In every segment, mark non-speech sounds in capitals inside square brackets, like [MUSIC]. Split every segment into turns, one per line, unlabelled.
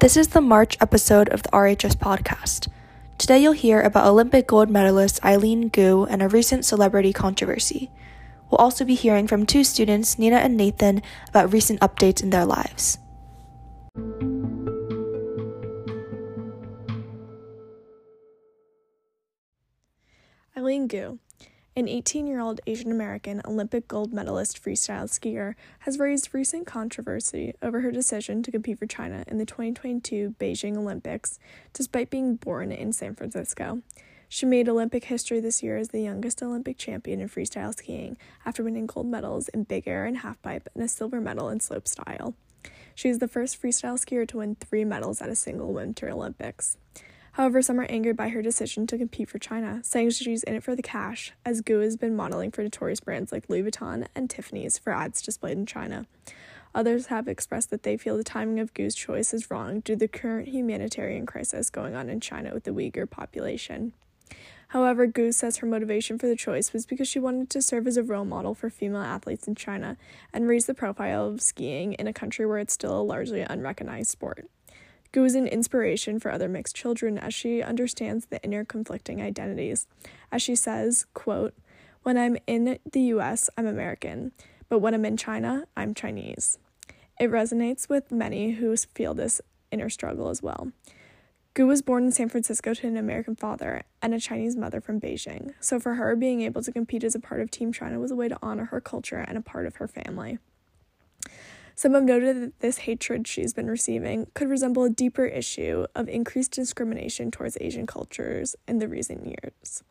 This is the March episode of the RHS podcast. Today you'll hear about Olympic gold medalist Eileen Gu and a recent celebrity controversy. We'll also be hearing from two students, Nina and Nathan, about recent updates in their lives.
Eileen Gu, an 18 year old Asian American Olympic gold medalist freestyle skier, has raised recent controversy over her decision to compete for China in the 2022 Beijing Olympics, despite being born in San Francisco. She made Olympic history this year as the youngest Olympic champion in freestyle skiing after winning gold medals in big air and halfpipe and a silver medal in slopestyle. She is the first freestyle skier to win three medals at a single Winter Olympics. However, some are angered by her decision to compete for China, saying she's in it for the cash, as Gu has been modeling for notorious brands like Louis Vuitton and Tiffany's for ads displayed in China. Others have expressed that they feel the timing of Gu's choice is wrong due to the current humanitarian crisis going on in China with the Uyghur population. However, Gu says her motivation for the choice was because she wanted to serve as a role model for female athletes in China and raise the profile of skiing in a country where it's still a largely unrecognized sport. Gu is an inspiration for other mixed children as she understands the inner conflicting identities. As she says, quote, When I'm in the US, I'm American, but when I'm in China, I'm Chinese. It resonates with many who feel this inner struggle as well. Gu was born in San Francisco to an American father and a Chinese mother from Beijing, so for her, being able to compete as a part of Team China was a way to honor her culture and a part of her family. Some have noted that this hatred she's been receiving could resemble a deeper issue of increased discrimination towards Asian cultures in the recent years.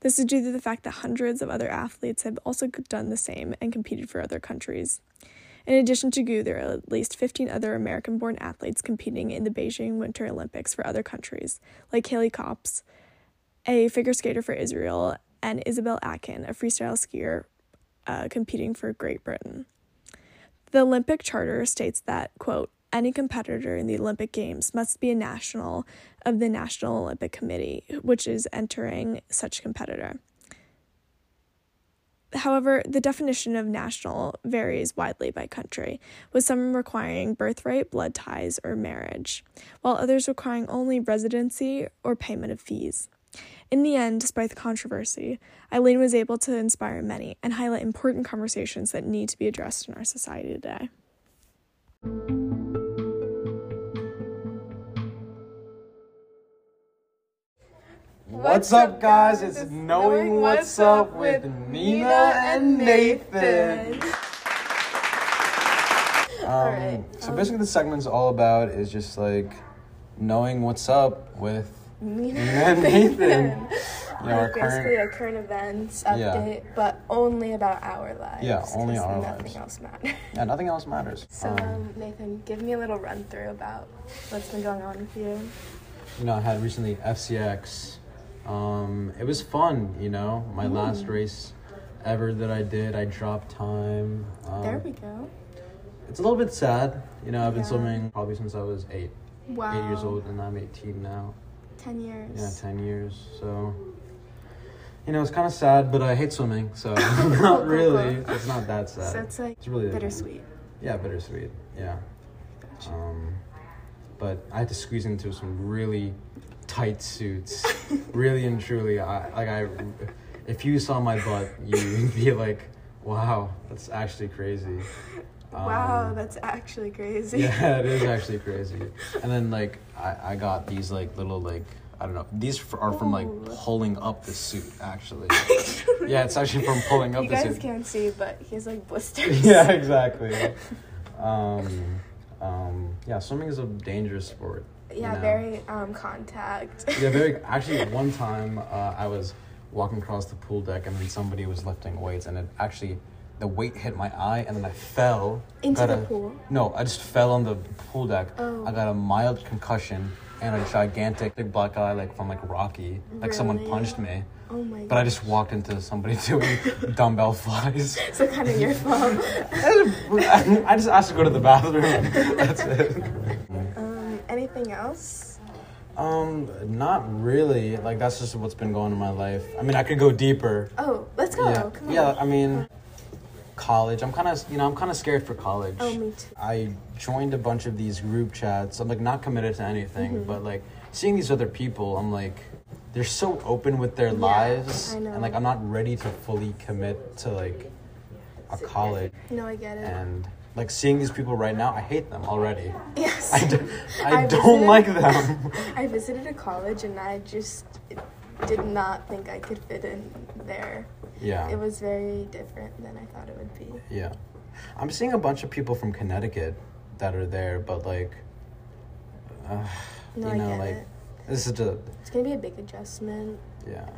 This is due to the fact that hundreds of other athletes have also done the same and competed for other countries. In addition to Gu, there are at least 15 other American born athletes competing in the Beijing Winter Olympics for other countries, like Haley Kops, a figure skater for Israel, and Isabel Atkin, a freestyle skier uh, competing for Great Britain. The Olympic Charter states that, quote, any competitor in the Olympic Games must be a national of the National Olympic Committee, which is entering such competitor. However, the definition of national varies widely by country, with some requiring birthright, blood ties, or marriage, while others requiring only residency or payment of fees. In the end, despite the controversy, Eileen was able to inspire many and highlight important conversations that need to be addressed in our society today.
What's up, guys? It's Knowing What's Up with Nina and Nathan. Um, so basically, the segment's all about is just like knowing what's up with Nina and Nathan. You know, our
Like basically
current,
a current events
Yeah.
update, but only about our lives.
Yeah, only
'cause
our
nothing
lives.
else matters. [LAUGHS]
yeah, nothing else matters.
So,
Um,
um, Nathan, give me a little run through about what's been going on with you.
you know, I had recently FCX. Um, it was fun, you know. My last race ever that I did, I dropped time. Um,
There we go.
It's a little bit sad. You know, I've been
Yeah.
swimming probably since I was eight,
Wow.
eight years old, and I'm 18 now.
Ten years.
Yeah, 10 years. So, you know, it's kind of sad, but I hate swimming, so [LAUGHS]
[LAUGHS]
not really. It's not that sad.
So it's like
It's really
bittersweet.
Yeah, bittersweet. Yeah. Um, but I had to squeeze into some really tight suits. really and truly, I like I. If you saw my butt, you'd be like, "Wow, that's actually crazy."
wow,
Um,
that's actually
[LAUGHS]
crazy. [LAUGHS]
yeah, it is actually crazy. And then like I, I got these like little like I don't know. These f- are from like
Ooh.
pulling up the suit
[LAUGHS]
actually. yeah, it's actually from pulling up
you
the
guys
suit. [LAUGHS]
can't see, but he has like blisters.
yeah, exactly. um, um, yeah, swimming is a dangerous sport. you
[LAUGHS] Yeah,
know?
very um contact.
Yeah,
[LAUGHS]
very. Actually, one time uh, I was walking across the pool deck and then somebody was lifting weights and it actually the weight hit my eye and then I fell.
Into
got
the
a-
pool?
No, I just fell on the pool deck.
Oh.
I got a mild concussion and a gigantic big black eye like from like Rocky. Like someone
Really?
punched me.
Oh my god.
But I just walked into somebody [LAUGHS] doing dumbbell
[LAUGHS]
flies. [LAUGHS]
So kind of your fault.
I just asked to go to the bathroom. [LAUGHS] That's it.
[LAUGHS] um, anything else?
Um, not really. Like that's just what's been going on in my life. I mean, I could go deeper.
Oh, let's go.
yeah.
Come on.
Yeah, I mean, college. I'm kind of, you know, I'm kind of scared for college.
Oh, me too.
I joined a bunch of these group chats. I'm like not committed to anything,
Mm-hmm.
but like seeing these other people, I'm like they're so open with their lives
I know.
and like I'm not ready to fully commit to like a college
No, I get it.
and like seeing these people right now, I hate them already. [LAUGHS]
yes.
I, d- I
I
don't
visited-
like them.
[LAUGHS] I visited a college and I just did not think I could fit in there. It
yeah.
was very different than I thought it would be.
Yeah. I'm seeing a bunch of people from Connecticut that are there, but like uh,
No,
you
I
know
get
like
it.
this is just
It's gonna be a big adjustment.
yeah.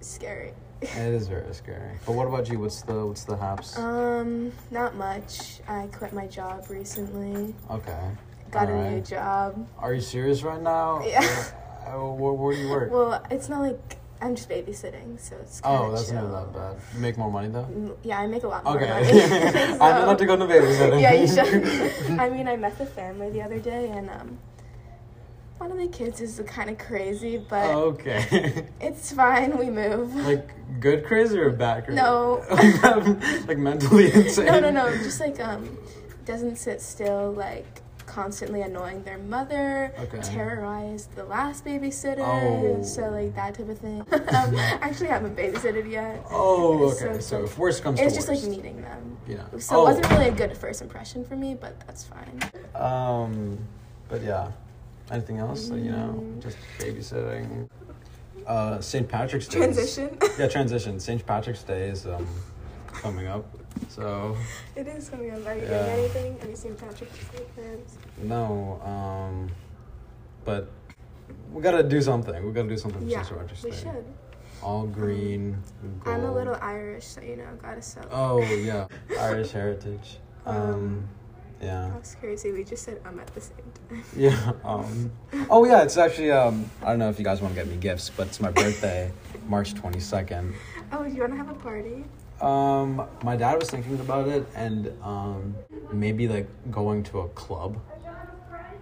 Scary.
It is very scary. But what about you? What's the what's the haps?
Um, not much. I quit my job recently.
okay.
Got a new
Alright.
job.
Are you serious right now?
[LAUGHS] Yeah.
Uh, where, where do you work?
Well, it's not like I'm just babysitting, so it's kind
oh, that's not that bad. You make more money though.
bad. Yeah, I make a lot more
Okay.
money.
[LAUGHS]
[LAUGHS]
I'm allowed to
so-
go to babysitting.
yeah, you
[LAUGHS]
should. I mean, I met the family the other day, and um, one of the kids is kind of crazy, but
Oh. okay. [LAUGHS]
it's fine. We move.
like good crazy or bad crazy?
No.
[LAUGHS] like mentally [LAUGHS] insane.
no, no, no. Just like um, doesn't sit still. Like constantly annoying their mother.
Okay.
Terrorized the last babysitter.
Oh.
So like that type of thing. [LAUGHS]
[LAUGHS]
um, actually, I haven't babysitted yet.
Oh,
It's
okay. So, if worst comes
it was
to
just
worst.
like meeting them.
Yeah.
So
oh.
it wasn't really a good first impression for me, but that's fine.
Um, but yeah. Anything else? You know,
Mm.
just babysitting. Uh, St. Patrick's Day. is-
Transition.
Yeah, transition. St. Patrick's Day is um, coming up. So,
[LAUGHS] It is coming up. Are you
Yeah.
doing anything? Any St. Patrick's Day plans?
no, um, but we gotta do something. We gotta do something for
Yeah,
St. Patrick's
we
Day.
should.
All green. Gold.
I'm a little Irish, so you know, gotta celebrate.
Oh,
[LAUGHS]
yeah. Irish heritage. Um, yeah.
That's crazy. We just said um at the same time.
[LAUGHS] Yeah. Um, oh, yeah, it's actually, um, I don't know if you guys wanna get me gifts, but it's my birthday, [LAUGHS] March 22nd.
[LAUGHS] Oh, do you wanna have a party?
Um, my dad was thinking about it and um, maybe like going to a club,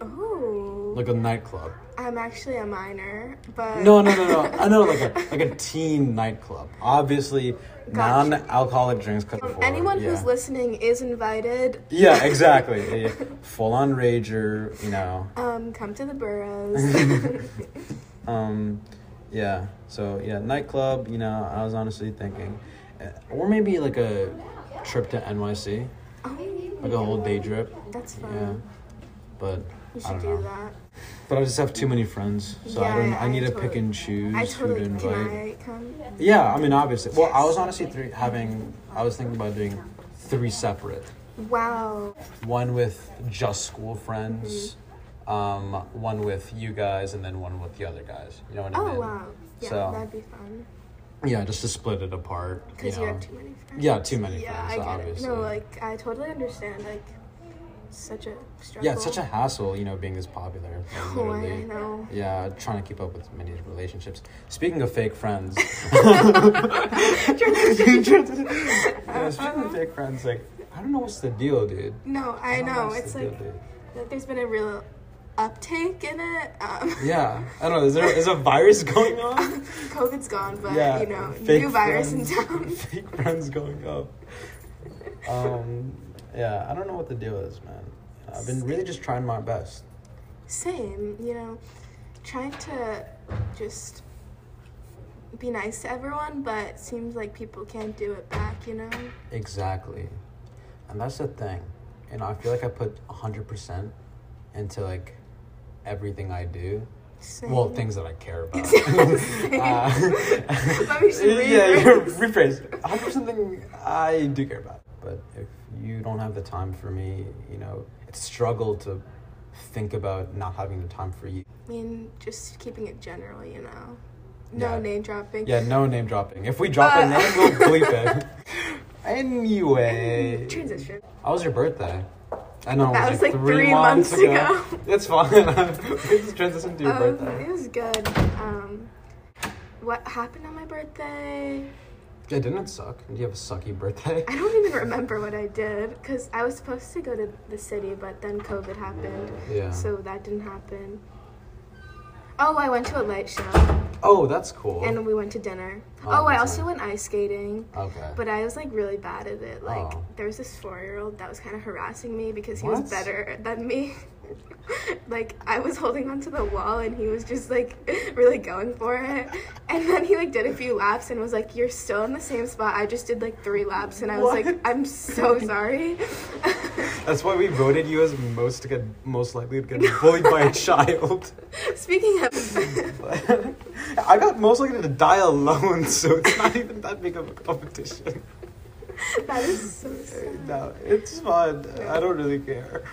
Oh.
like a nightclub.
I'm actually a minor, but.
No, no, no, no. I know, like
[LAUGHS]
a like a teen nightclub. Obviously,
Gotcha.
non-alcoholic drinks. cut
Um,
before,
anyone
yeah.
who's listening is invited.
Yeah, exactly. Yeah, yeah. Full-on rager, you know.
Um, come to
[LAUGHS]
the boroughs. [LAUGHS]
Um, yeah. So yeah, nightclub. You know, I was honestly thinking, uh, or maybe like a trip to NYC, like a whole day trip.
That's fun.
Yeah. But I
You should
don't
do
know.
that.
But I just have too many friends, so I
Yeah,
don't. I
I
need to
totally-
pick and choose
I
who
totally
to
can.
invite.
I come.
Yeah, I mean, obviously. Well, I was honestly three, having. I was thinking about doing three separate.
Wow.
One with just school friends,
Mm-hmm.
um, one with you guys, and then one with the other guys. You know what I mean?
Oh wow. Yeah,
So-
that'd be fun.
Yeah, just to split it apart.
Because you
know.
have too many friends.
Yeah, too many
yeah,
friends,
I get
obviously.
it. No, like I totally understand. Like, such a struggle.
yeah, it's such a hassle, you know, being this popular.
[LAUGHS]
and
Oh, I
literally-
know.
Yeah, trying to keep up with many relationships. Speaking of fake
[LAUGHS]
friends, [LAUGHS] yeah, speaking of fake friends, like I don't know what's the deal, dude.
No, I
don't
know.
what's
It's
the deal,
like
dude.
that there's been a real uptake in it. Um,
yeah, I don't know. Is there is a virus going on?
[LAUGHS] COVID's gone, but
yeah,
you know,
fake
new virus in
friends- [LAUGHS]
town. [LAUGHS]
Fake friends going up. Um, yeah, I don't know what the deal is, man. I've been really just trying my best.
Same, you know, trying to just be nice to everyone, but it seems like people can't do it back. You know.
Exactly. And that's the thing. You know, I feel like I put 100% into like everything I do.
Same.
Well, things that I
[LAUGHS]
care about. [LAUGHS] Uh,
Same. [LAUGHS] Let me just
yeah,
rephrase.
you're- rephrase. 100% thing I do care about. But if you don't have the time for me, you know, it's a struggle to think about not having the time for you.
I mean, just keeping it general, you know. No
Yeah.
name dropping.
Yeah, no name dropping. If we drop a
Uh.
name, we'll bleep
[LAUGHS]
it. Anyway.
Transition.
How was your birthday? I know it
That
was,
was,
like,
like,
three,
three
months,
months
ago.
ago.
[LAUGHS] It's fine. we just transitioned to your
Um,
birthday.
it was good. Um, what happened on my birthday?
Yeah, didn't it suck? Did you have a sucky birthday?
I don't even remember what I did because I was supposed to go to the city, but then COVID happened,
Yeah.
so that didn't happen. Oh, I went to a light show.
Oh, that's cool.
and we went to dinner.
Oh,
Oh, I
that's
also
nice.
went ice skating,
okay.
but I was like really bad at it. Like
Oh.
there was this four year old that was kind of harassing me because he
What?
was better than me. [LAUGHS] like I was holding onto the wall and he was just like [LAUGHS] really going for it. And then he like did a few laps and was like, "You're still in the same spot. I just did like three laps." And I was
What?
like, "I'm
[LAUGHS]
so sorry." [LAUGHS]
That's why we voted you as most to get most likely to get bullied by a child. [LAUGHS]
Speaking of. [LAUGHS]
I got most likely to die alone, so it's not even that big of a competition.
That is so sad.
No, it's fun. I don't really care.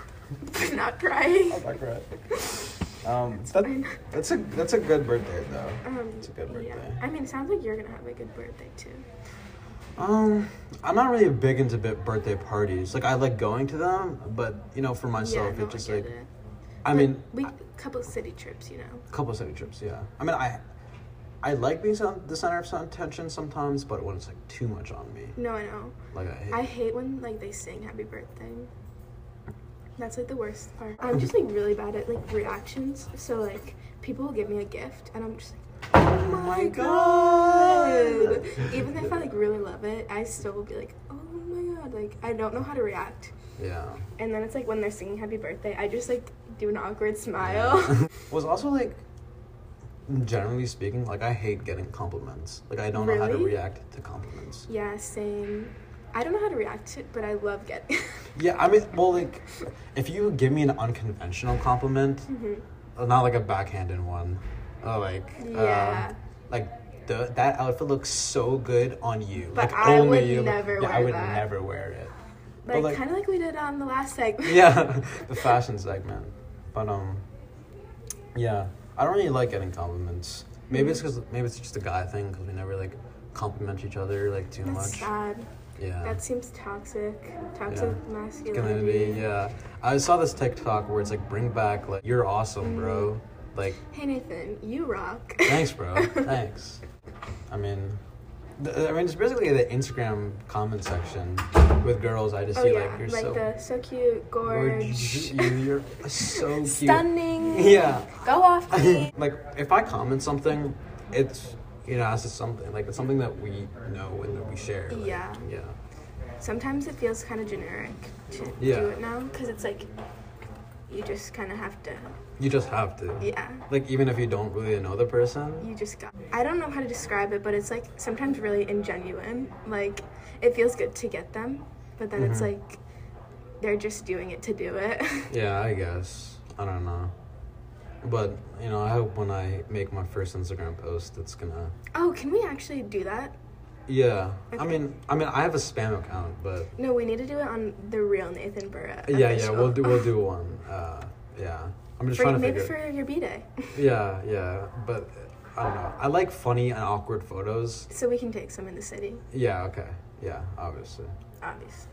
I'm not crying.
I'm not crying. Um, that, that's a that's a good birthday though.
Um,
It's a good
yeah.
birthday.
I mean, it sounds like you're gonna have a good birthday too.
Um, I'm not really big into bi- birthday parties. Like I like going to them, but you know, for myself,
no,
it just
get
like
it.
I
Like,
mean,
we couple city trips, you know.
couple of city trips yeah i mean i i like being some, the center of some attention sometimes but when it's like too much on me
No, I know.
like i hate
I hate when like they sing happy birthday. That's like the worst part. I'm just
Mm-hmm.
like really bad at like reactions. So like people will give me a gift and I'm just
oh my god
like, "Ugh." [LAUGHS] even if I like really love it, I still will be like, oh my god, like I don't know how to react.
yeah
And then it's like when they're singing happy birthday, I just like do an awkward smile.
was also like generally speaking like i hate getting compliments like i don't know how to
Really?
react to compliments
[LAUGHS] yeah, same. I don't know how to react to it, but I love getting. [LAUGHS]
yeah i mean well like if you give me an unconventional compliment
Mm-hmm.
uh, not like a backhanded one uh, like
Yeah.
um, like the, that outfit looks so good on you
But
like
I
only
would
you
never
yeah, i
wear
would
that.
never wear it But,
like,
like-
kind of like we did on the last
[LAUGHS]
segment.
yeah the fashion segment but um yeah i don't really like getting compliments maybe
Mm-hmm.
it's because maybe it's just a guy thing because we never like compliment each other like too
[LAUGHS] That's
much
sad.
yeah
That seems toxic. Toxic
Yeah.
masculinity.
Masculinity, yeah i saw this tiktok where it's like bring back like you're awesome bro like
Hey Nathan, you rock.
[LAUGHS] Thanks, bro. Thanks. I mean, th- I mean, it's basically the Instagram comment section with girls. I just
[LAUGHS] oh
see
yeah,
like you're
like
so
the so cute, gorge,
gorgeous. You- You're
[LAUGHS]
so cute.
stunning.
[LAUGHS] Yeah.
Go
[LAUGHS]
off me.
like if I comment something, it's you know, it's just something like it's something that we know and that we share. like,
Yeah.
Yeah.
Sometimes it feels kind of generic to
Yeah.
do it now because it's like you just kind of have to.
You just have to.
Yeah.
Like even if you don't really know the person.
You just got. I don't know how to describe it, but it's like sometimes really ingenuine. Like it feels good to get them, but then it's
Mm-hmm.
like they're just doing it to do it. [LAUGHS]
Yeah, I guess. I don't know. But you know, I hope when I make my first Instagram post, it's gonna
oh, can we actually do that?
Yeah, I
Okay.
mean, I mean, I have a spam account, but
No, we need to do it on the real Nathan Burra.
yeah, yeah,
official.
we'll do, we'll
[LAUGHS]
do one. Uh, yeah, I'm just
For,
trying to
maybe
figure.
for your B day,
Yeah, yeah, but I don't know. I like funny and awkward photos.
[LAUGHS] so we can take some in the city,
Yeah, okay, yeah, obviously.
obviously.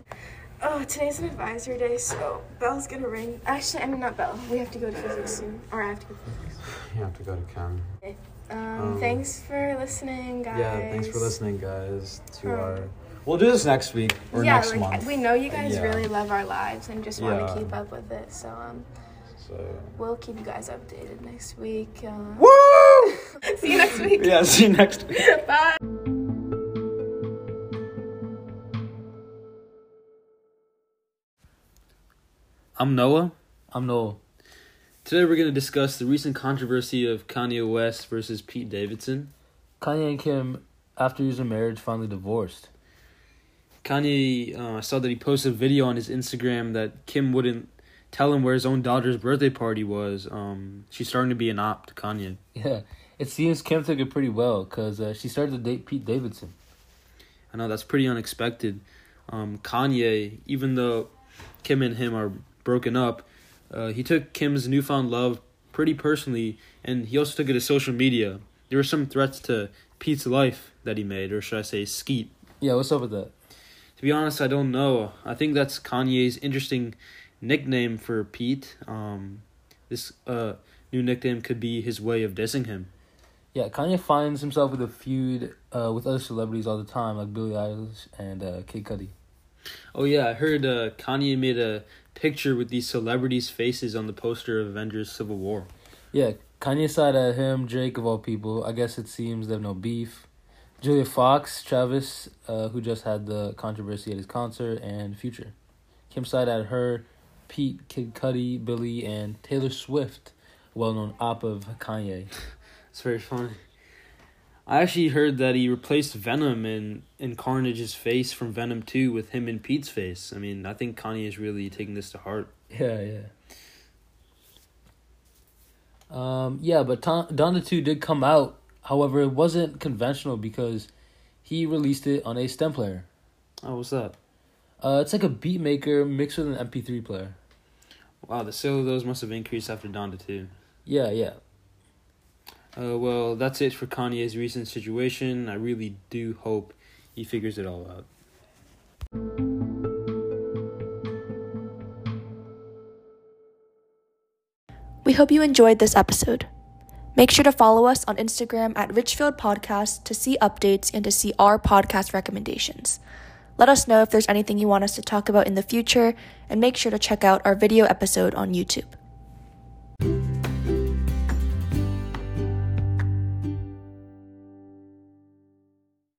Oh, today's an advisory day, so Belle's gonna ring. Actually, I mean not Belle. We have to go to physics soon, or I have to go to physics.
You have to go to Ken.
Um,
Um,
thanks for listening, guys.
Yeah, thanks for listening, guys. To
Um,
our, we'll do this next week or
yeah,
next
like
month.
we know you guys
Yeah.
really love our lives and just want
Yeah.
to keep up with it, so um,
So.
we'll keep you guys updated next week. Uh,
Woo!
[LAUGHS] see you next week.
yeah, see you next week.
Bye.
I'm Noah.
I'm Noel.
Today we're going to discuss the recent controversy of Kanye West versus Pete Davidson.
Kanye and Kim, uh, after years of marriage, finally divorced.
Kanye, uh, I saw that he posted a video on his Instagram that Kim wouldn't tell him where his own daughter's birthday party was. Um, she's starting to be an op to Kanye.
[LAUGHS] Yeah, it seems Kim took it pretty well because uh, she started to date Pete Davidson.
I know that's pretty unexpected. Um, Kanye, even though Kim and him are broken up, uh, he took Kim's newfound love pretty personally, and he also took it to social media. There were some threats to Pete's life that he made, or should I say, Skeet.
Yeah, what's up with that?
To be honest, I don't know. I think that's Kanye's interesting nickname for Pete. Um, this uh, new nickname could be his way of dissing him.
Yeah, Kanye finds himself with a feud uh, with other celebrities all the time, like Billie Eilish and uh, Kid Cudi.
Oh yeah, I heard uh, Kanye made a picture with these celebrities' faces on the poster of Avengers: Civil War.
Yeah, Kanye side at him, Drake of all people. I guess it seems they have no beef. Julia Fox, Travis, uh, who just had the controversy at his concert, and Future. Kim side at her, Pete, Kid Cudi, Billy, and Taylor Swift, well known op of Kanye.
It's very funny. I actually heard that he replaced Venom in, in Carnage's face from Venom 2 with him in Pete's face. I mean, I think Kanye is really taking this to heart.
Yeah, yeah. Um, yeah, but Ton- Donda 2 did come out. However, it wasn't conventional because he released it on a stem player.
Oh, what's that?
Uh, it's like a beat maker mixed with an MP3 player.
Wow, the sale of those must have increased after Donda 2.
Yeah, yeah.
Uh, well, that's it for Kanye's recent situation. I really do hope he figures it all out.
We hope you enjoyed this episode. Make sure to follow us on Instagram at Richfield Podcast to see updates and to see our podcast recommendations. Let us know if there's anything you want us to talk about in the future, and make sure to check out our video episode on YouTube.